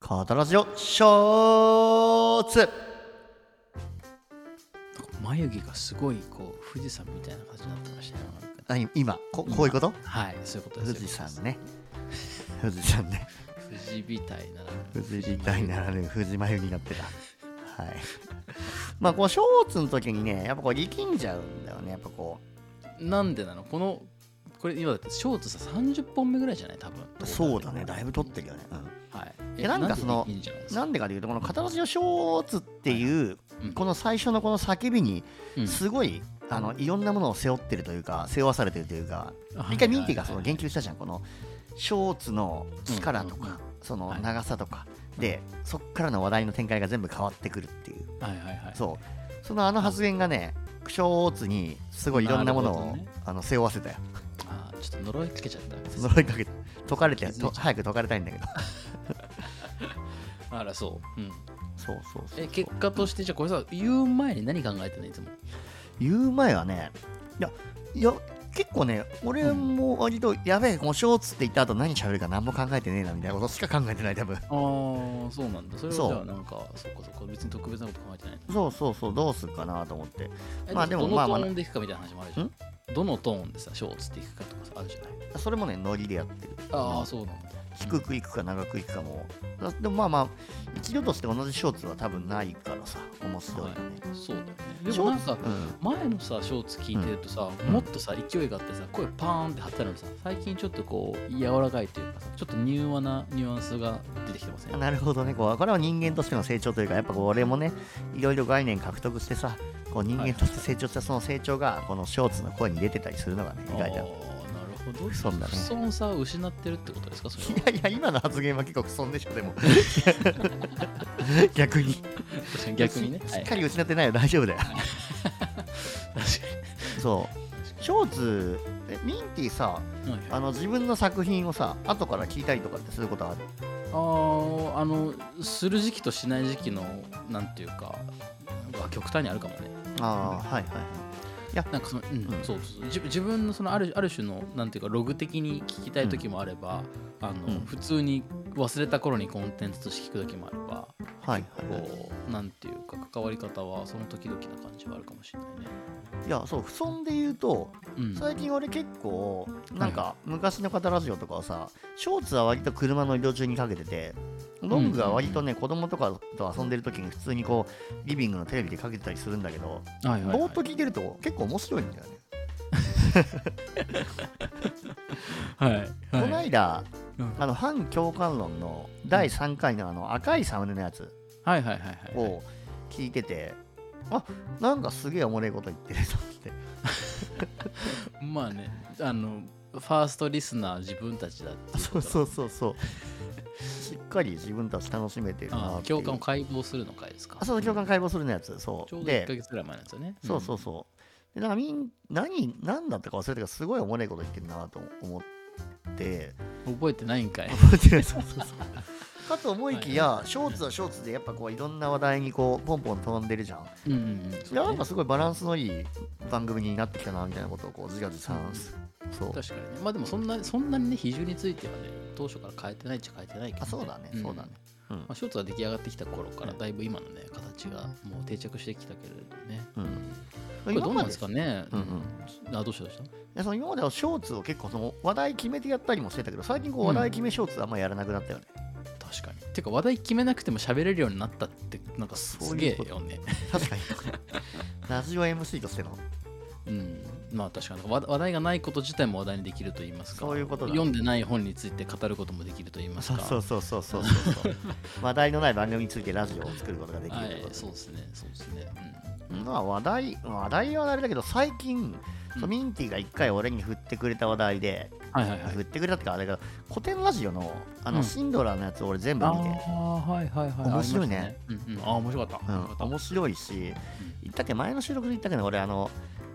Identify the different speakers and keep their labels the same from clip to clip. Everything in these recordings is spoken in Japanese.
Speaker 1: カタラジオショーツ
Speaker 2: 眉毛がすごいこう富士山みたいな感じになってましたよ、なんか
Speaker 1: 何今ここういうこと
Speaker 2: はいそういうことです
Speaker 1: 富士山ね 富士山ね
Speaker 2: 富士みたいな
Speaker 1: 富士みたいならぬ富士眉になってたはいまあこうショーツの時にねやっぱこう力んじゃうんだよねやっぱこ
Speaker 2: なんでなのこのこれ今だってショートさ30本目ぐらいじゃない多分
Speaker 1: うそうだねだいぶ撮ってるよね、う
Speaker 2: はい
Speaker 1: いやなんかその
Speaker 2: でいいんじゃないです
Speaker 1: ん、
Speaker 2: か
Speaker 1: なんでかというとこのカタラジオショーツっていう
Speaker 2: うん
Speaker 1: この最初のこの叫びに
Speaker 2: うん
Speaker 1: すごい、あのいろんなものを背負ってるというか背負わされてるというか
Speaker 2: はい
Speaker 1: 一回ミンティがその言及したじゃんこのショーツの力と
Speaker 2: うんうんう
Speaker 1: かその
Speaker 2: はい
Speaker 1: 長さとかでそっからの話題の展開が全部変わってくるっていう
Speaker 2: はいはいはい
Speaker 1: そうそのあの発言がねショーツにすごいいろんなもの
Speaker 2: なるほ
Speaker 1: を
Speaker 2: どね
Speaker 1: あの背負わせたよ
Speaker 2: あーちょっと呪いつけちゃった
Speaker 1: 呪いかけて解かれて
Speaker 2: 気づいちゃ
Speaker 1: と
Speaker 2: う
Speaker 1: 早く解かれたいんだけど
Speaker 2: あら そう、うん、
Speaker 1: そうそうそう
Speaker 2: え結果としてじゃあこれさ言う前に何考えてんのいつも
Speaker 1: 言う前はねいやいや結構ね俺も割とやべえこのショーツって言った後何喋るか何も考えてねえなみたいなことしか考えてない多分
Speaker 2: ああそうなんだそれはじ
Speaker 1: そう
Speaker 2: ゃあなんかそっかそっか別に特別なこと考えてない
Speaker 1: そうそうそうどうするかなと思って
Speaker 2: え
Speaker 1: まあでも
Speaker 2: どの
Speaker 1: まあまあ
Speaker 2: トーンでいくかみたいな話もあるじゃん。どのトーンでさ、ショーツっていくかとかさ、あるじゃない。
Speaker 1: それもねノリでやってる
Speaker 2: ああ、そうなんだ。
Speaker 1: 低くいくか長くいくかもだでもまあまあ一度として同じショーツは多分ないからさ面白いよね、
Speaker 2: はい、そうだよね。でもなんか、
Speaker 1: うん
Speaker 2: 前のさ、ショーツ聞いてるとさ、
Speaker 1: ん
Speaker 2: もっとさ、勢いがあってさ、声パーンって張ってあるのにさ、最近ちょっとこう、柔らかいというかさ、ちょっと柔和なニュアンスが出てきてません、ね、
Speaker 1: なるほどねこうこれは人間としての成長というかやっぱこう俺もねいろいろ概念獲得してさこう人間として成長したその成長がこのショーツの声に出てたりするのがね
Speaker 2: あ
Speaker 1: 意
Speaker 2: あ、な
Speaker 1: 外
Speaker 2: る
Speaker 1: だ
Speaker 2: ほど。
Speaker 1: そうだね
Speaker 2: そのさ、失ってるってことですか、それ
Speaker 1: いやいや今の発言は結構不損でしょで も逆に
Speaker 2: は。逆にね。
Speaker 1: し
Speaker 2: は
Speaker 1: っか
Speaker 2: い。確か
Speaker 1: り失ってないよ大丈夫だよ
Speaker 2: に
Speaker 1: そうショーツえミンティさ。
Speaker 2: はいはい
Speaker 1: あの自分の作品をさ後から聞いたりとかってすることある
Speaker 2: あーあのする時期としない時期のなんていうかなんか極端にあるかもね
Speaker 1: ああはいはい
Speaker 2: なんかその、うん
Speaker 1: うん
Speaker 2: そうそうそう自自分のそのあるある種のなんていうかログ的に聞きたい時もあれば、あの
Speaker 1: うん
Speaker 2: 普通に忘れた頃にコンテンツとして聞く時もあれば
Speaker 1: はいはい、はい
Speaker 2: こうなんていうか関わり方はその時々な感じはあるかもしれないね。
Speaker 1: いやそう不損で言うと
Speaker 2: うん、
Speaker 1: 最近俺結構なんか昔の方ラジオとかはさショーツは割と車の移動中にかけててロングは割とね子供とかと遊んでる時に普通にこうリビングのテレビでかけてたりするんだけど
Speaker 2: はいはい
Speaker 1: ぼ
Speaker 2: は
Speaker 1: ー
Speaker 2: い
Speaker 1: っと聞いてると結構面白いんだよね
Speaker 2: はい
Speaker 1: この
Speaker 2: はい
Speaker 1: 間
Speaker 2: うん
Speaker 1: あの反共感論の第3回のあの赤いサムネのやつ
Speaker 2: はいはいはいはいはい
Speaker 1: を聞いててあなんかすげえおもれえこと言ってると思って
Speaker 2: まあねあのファーストリスナー自分たちだっていう
Speaker 1: そうそうそうそうしっかり自分たち楽しめてるな
Speaker 2: あ
Speaker 1: っ
Speaker 2: ー
Speaker 1: ていう
Speaker 2: 共感を解剖するのかいですか
Speaker 1: あそう共感解剖するのやつそ
Speaker 2: ちょう
Speaker 1: う
Speaker 2: ど1
Speaker 1: で
Speaker 2: ヶ月ぐらい前なんですよね。
Speaker 1: そうそううそうでなんかみん何何だったか忘れたけどすごいおもれえこと言ってるなと思 って
Speaker 2: ん。覚えてないんかい。
Speaker 1: 覚えてないそうそうそうかと思いきやショーツはショーツでやっぱこういろんな話題にこうポンポン飛んでるじゃん
Speaker 2: うんうんうん。
Speaker 1: いやなんかすごいバランスのいい番組になってきたなみたいなことをこう自画自賛すそう
Speaker 2: 確かにね。まあでもそんなそんなにね、比重についてはね、当初から変えてないっちゃ変えてないけど、
Speaker 1: あそうだね
Speaker 2: ん
Speaker 1: そうだねうん
Speaker 2: まあ、ショーツが出来上がってきた頃から、だいぶ今のね、形がもう定着してきたけれどね。
Speaker 1: うん
Speaker 2: これどうなんですか
Speaker 1: ね
Speaker 2: ね。
Speaker 1: うん
Speaker 2: うん。あ、どうしたどうした
Speaker 1: いやその今まではショーツを結構その話題決めてやったりもしてたけど最近こう話題決めショーツあんまやらなくなったよね、
Speaker 2: 確かに。てか話題決めなくても喋れるようになったって、なんかす
Speaker 1: そう
Speaker 2: げ
Speaker 1: いう
Speaker 2: え
Speaker 1: こと
Speaker 2: よね。
Speaker 1: 確かにラジオ MC としての
Speaker 2: うん。まあ確かにわ話題がないこと自体も話題にできると言いますか
Speaker 1: そういうことだ
Speaker 2: 読んでない本について語ることもできると言います
Speaker 1: そ
Speaker 2: か
Speaker 1: うそうそうそうそうそうそう話題のない番組についてラジオを作ることができる
Speaker 2: は
Speaker 1: という
Speaker 2: い
Speaker 1: こ、と
Speaker 2: そうですね、そうですね。
Speaker 1: まあ話題話題はあれだけど最近、そうミンティが一回俺に振ってくれた話題で、
Speaker 2: うん、はいはいはい。
Speaker 1: 振ってくれたってかあれだけど古典ラジオのあの、
Speaker 2: うん
Speaker 1: シンドラーのやつ俺全部見て、
Speaker 2: あーはいはいはい。
Speaker 1: 面白いね
Speaker 2: ありましたね。うんうん、あー面白かった。
Speaker 1: う
Speaker 2: 面白
Speaker 1: ん、
Speaker 2: かっ
Speaker 1: 面白いし、言ったっけ前の収録で言ったけど俺あの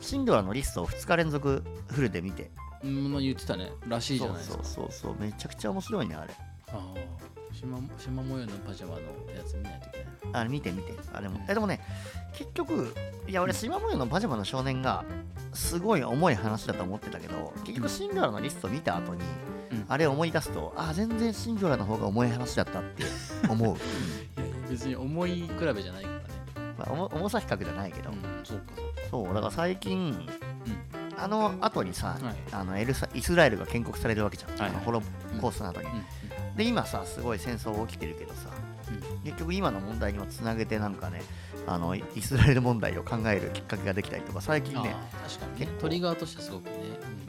Speaker 1: シンドラーのリストを2日連続フルで見て
Speaker 2: たうん、言ってたね。らしいじゃ
Speaker 1: そ
Speaker 2: ないうです
Speaker 1: そう
Speaker 2: か。
Speaker 1: そうそうめちゃくちゃ面白いねあれ
Speaker 2: あーしましま模様のパジャマのやつ見ないといけない。
Speaker 1: あれ見て見てあれも
Speaker 2: うん
Speaker 1: えでもね結局いや俺島模様のパジャマの少年がすごい重い話だと思ってたけど結
Speaker 2: う
Speaker 1: 局
Speaker 2: ん
Speaker 1: シンドラーのリスト見た後に
Speaker 2: うん
Speaker 1: あれ思い出すとあ全然シンドラーの方が重い話だったっていう 思う、
Speaker 2: いやいや別に思い比べじゃないからね
Speaker 1: まあ、重重さ比較じゃないけど、
Speaker 2: うんそうかそう
Speaker 1: そうだから最近、あの後にさ、
Speaker 2: かはい
Speaker 1: あのエルサイスラエルが建国されるわけじゃん、
Speaker 2: はい
Speaker 1: あのホロコーストの後に、
Speaker 2: うん
Speaker 1: で今さすごい戦争起きてるけどさ、
Speaker 2: う
Speaker 1: 結局今の問題にもつなげてなんかねあのイスラエル問題を考えるきっかけができたりとか最近ね
Speaker 2: ああ確かにね
Speaker 1: 結構
Speaker 2: トリガーとしてはすごくね、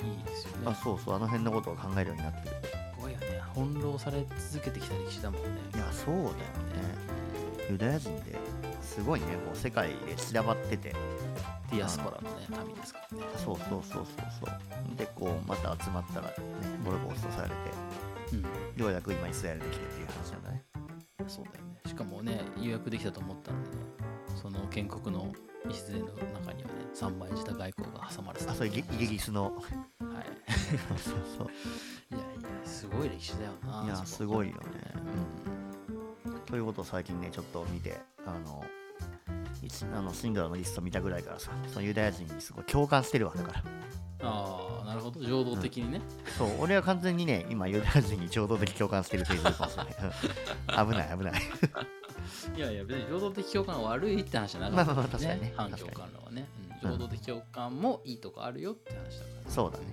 Speaker 2: うんいいですよね
Speaker 1: あそうそうあの辺のことを考えるようになってる
Speaker 2: すごいよね翻弄され続けてきた歴史だもんね
Speaker 1: いやそうだよねユダヤ人ってすごいねこう世界で散らばってて
Speaker 2: ディアスパラのね民ですからね
Speaker 1: そうそうそうそうそうでこうまた集まったらねボロボロとされて
Speaker 2: う
Speaker 1: ようやく今イスラエルできてっていう話なんだね
Speaker 2: んそうだよねしかもね予約できたと思ったんでねその建国の礎の中にはね3枚舌外交が挟まれてた
Speaker 1: あそうイギイギリスの
Speaker 2: はい
Speaker 1: そうそう そう
Speaker 2: いやいやすごい歴史だよないい
Speaker 1: やすごいよね
Speaker 2: うん
Speaker 1: ということを最近ねちょっと見てあのいつあのシンドラーのリスト見たぐらいからさそのユダヤ人にすごい共感してるわだから
Speaker 2: ああなるほど情動的にね、
Speaker 1: そう俺は完全にね今ユダヤ人に情動的共感してるフェーズかもしれ ないうん危ない危ない
Speaker 2: いやいや別に情動的共感は悪いって話じゃな
Speaker 1: まあま
Speaker 2: か
Speaker 1: あ
Speaker 2: った
Speaker 1: 確かにね
Speaker 2: 反
Speaker 1: 確
Speaker 2: 共
Speaker 1: かに
Speaker 2: 感論はね、う、
Speaker 1: うんん
Speaker 2: 情動的共感もいいとこあるよって話だから
Speaker 1: そうだね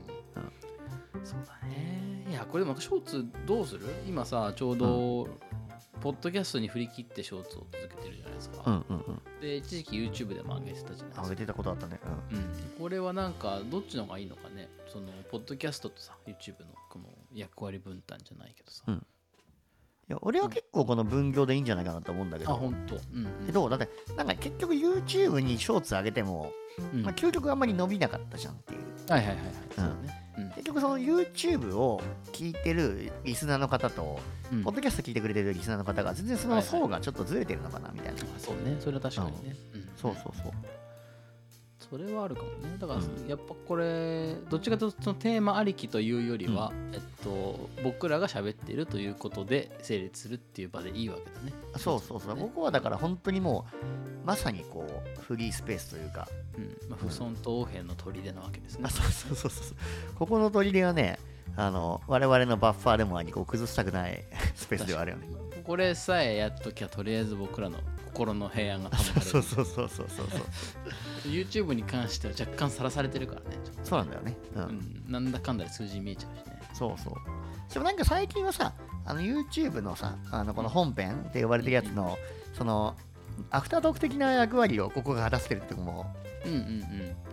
Speaker 2: そうだねいやこれでもショーツどうする今さちょうど、ポッドキャストに振り切ってショーツを続けてるじゃないです
Speaker 1: う
Speaker 2: か、
Speaker 1: んうんうん
Speaker 2: で一時期 YouTube でも上げてたじゃないです
Speaker 1: 上
Speaker 2: か
Speaker 1: げてたことあったねうん
Speaker 2: うん、これはなんかどっちの方がいいのかねそのポッドキャストとさ YouTube のこの役割分担じゃないけどさ、
Speaker 1: うんいや俺は結構この分業でいいんじゃないかなと思うんだけ
Speaker 2: あ
Speaker 1: ど、
Speaker 2: 本当うんうん
Speaker 1: けどだってなんか結局 YouTube にショーツ上げても、
Speaker 2: うん
Speaker 1: まあ、究極あんまり伸びなかったじゃんっていう
Speaker 2: はいはいはいはいそうだね
Speaker 1: 結局その YouTube を聞いてるリスナーの方と、
Speaker 2: うん、うん
Speaker 1: ポッドキャスト聞いてくれてるリスナーの方が全然その層がちょっとずれてるのかなみたいな、
Speaker 2: あそうねそれは確かにね、うん
Speaker 1: そうそうそう
Speaker 2: それはあるかもねだから
Speaker 1: うん
Speaker 2: やっぱこれどっちかというとそのテーマありきというよりは、えっと、僕らが喋ってるということで成立するっていう場でいいわけだね
Speaker 1: そうそうそう、
Speaker 2: ね
Speaker 1: ここはだから本当にもうまさにこうフリースペースというか
Speaker 2: うんまあ、不損と応変の砦なわけですね
Speaker 1: あそうそうそうそうここの砦はねあの我々のバッファーでもありこう崩したくないスペースではあるよね
Speaker 2: これさえやっときゃとりあえず僕らの心の平安が保たれる
Speaker 1: そうそうそうそうそうそう
Speaker 2: YouTube に関しては若干さらされてるからねちょっと
Speaker 1: そうなんだよねうん、
Speaker 2: うん、なんだかんだで数字見えちゃうしね
Speaker 1: そうそうでもなんか最近はさあの YouTube のさあのこの本編って呼ばれてるやつのそのアフタートーク的な役割をここが果たしてるってとこも
Speaker 2: うんうんうん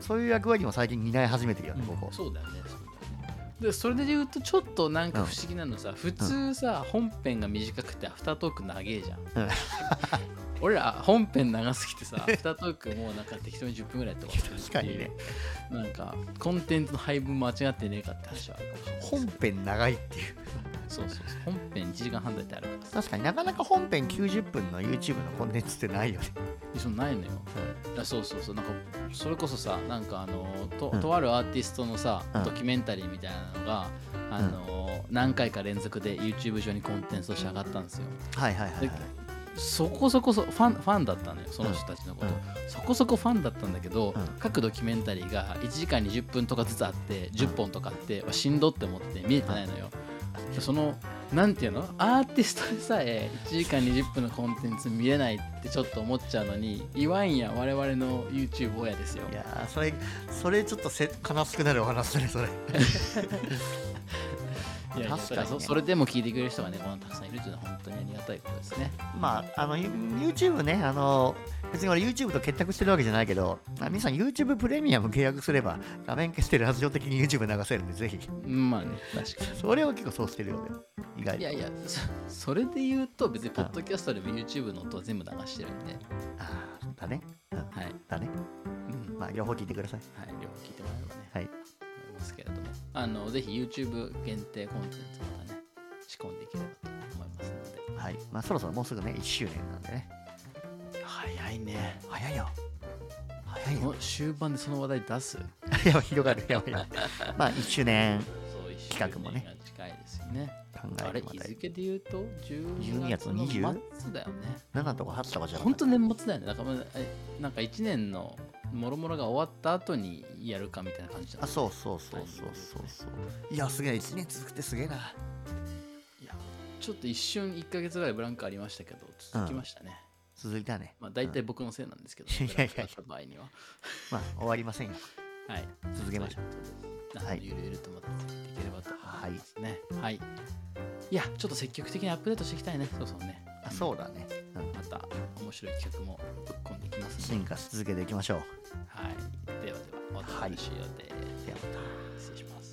Speaker 1: そういう役割も最近担い始めてるよねここ、
Speaker 2: そうだよねそうだよねでそれで言うとちょっとなんか不思議なのさ、普通さ、本編が短くてアフタートーク長えじゃん、
Speaker 1: ん
Speaker 2: 俺ら本編長すぎてさアフタートークもうなんか適当に10分ぐらいやって終わってる
Speaker 1: 確かにね
Speaker 2: なんかコンテンツの配分間違ってねえかって話はあるかもしれない
Speaker 1: 本編長いっていう
Speaker 2: そうそうそう本編1時間半だってあるからさ
Speaker 1: 確かになかなか本編90分の YouTube のコンテンツってないよね
Speaker 2: そのないのよあそうそうそうなんかそれこそさなんかあのと,、
Speaker 1: うん
Speaker 2: とあるアーティストのさ、
Speaker 1: うん
Speaker 2: ドキュメンタリーみたいなのがあの、何回か連続で YouTube 上にコンテンツとして上がったんですよ
Speaker 1: はいはいはい、はい、
Speaker 2: そこそこそファンファンだったのよその人たちのこと、
Speaker 1: うん
Speaker 2: そこそこファンだったんだけど、
Speaker 1: うん
Speaker 2: 各ドキュメンタリーが1時間に10分とかずつあって10本とかあって、わしんどって思って見えてないのよ、そのなんていうのアーティストでさえ1時間20分のコンテンツ見れないってちょっと思っちゃうのに言わんや我々の YouTube 親ですよ
Speaker 1: いやーそれそれちょっとせ悲しくなるお話だねそれ
Speaker 2: いやいや
Speaker 1: 確かにね
Speaker 2: そそれでも聞いてくれる人がねこんなたくさんいるっていうのは本当にありがたいことですね
Speaker 1: まあ、あの、ユ YouTube ね、あの、別に俺 YouTube と結託してるわけじゃないけど、あ皆さん YouTube プレミアム契約すれば、画面消してラジオ的に YouTube 流せるんで、ぜひ。
Speaker 2: うんまあね確かに
Speaker 1: それを結構そうしてるよね。意外
Speaker 2: い
Speaker 1: と。
Speaker 2: やいやそそれで言うと別にポッドキャストでも YouTube の音は全部流してるんで
Speaker 1: あーだね。うん
Speaker 2: はい、うん
Speaker 1: だね。まあ、両方聞いてください。
Speaker 2: はい、両方聞いてもらえればね
Speaker 1: はい。
Speaker 2: 思いますけれどもあのぜひ YouTube 限定コンテンツまたね仕込んでいければと思いますので
Speaker 1: はい。まあ、そろそろもうすぐね、1周年なんでね。
Speaker 2: 早いね
Speaker 1: 早いよ。早い
Speaker 2: こ
Speaker 1: よ。
Speaker 2: の終盤でその話題出す
Speaker 1: やばい、広がる。やばい やばい。まあ、1周年
Speaker 2: そう一周
Speaker 1: 企画もね
Speaker 2: 年が近いですよね
Speaker 1: 考
Speaker 2: あ
Speaker 1: え
Speaker 2: れ
Speaker 1: ても
Speaker 2: 日
Speaker 1: らい
Speaker 2: 付で言うと
Speaker 1: 12月
Speaker 2: 12月の
Speaker 1: の
Speaker 2: 末
Speaker 1: 20?
Speaker 2: だよね
Speaker 1: 7とか8とかじゃなか
Speaker 2: 本
Speaker 1: った
Speaker 2: 当年末だよねだからまあえなんか1年のもろもろが終わった後にやるかみたいな感じだった
Speaker 1: あ、そうそうそうそうそうそう。いや、すげえ。1年続くってすげえな。
Speaker 2: いや、ちょっと一瞬1か月ぐらいブランクありましたけど続きましたね、
Speaker 1: 続いたね。
Speaker 2: まあ大体僕のせいなんですけど、
Speaker 1: うんいやいやいや
Speaker 2: ブランクあった場合には
Speaker 1: まあ、終わりませんよ。
Speaker 2: はい
Speaker 1: 続けましょう。
Speaker 2: なの
Speaker 1: は
Speaker 2: で
Speaker 1: い
Speaker 2: ゆるゆるとまた続いていければと思いますねはい、い、やちょっと積極的にアップデートしていきたいねそうそうね
Speaker 1: あそうだね。うん。
Speaker 2: また面白い企画もぶっ込んでいきますね
Speaker 1: 進化し続けていきましょう。
Speaker 2: はいではではまた来週予定で、
Speaker 1: では
Speaker 2: 失礼します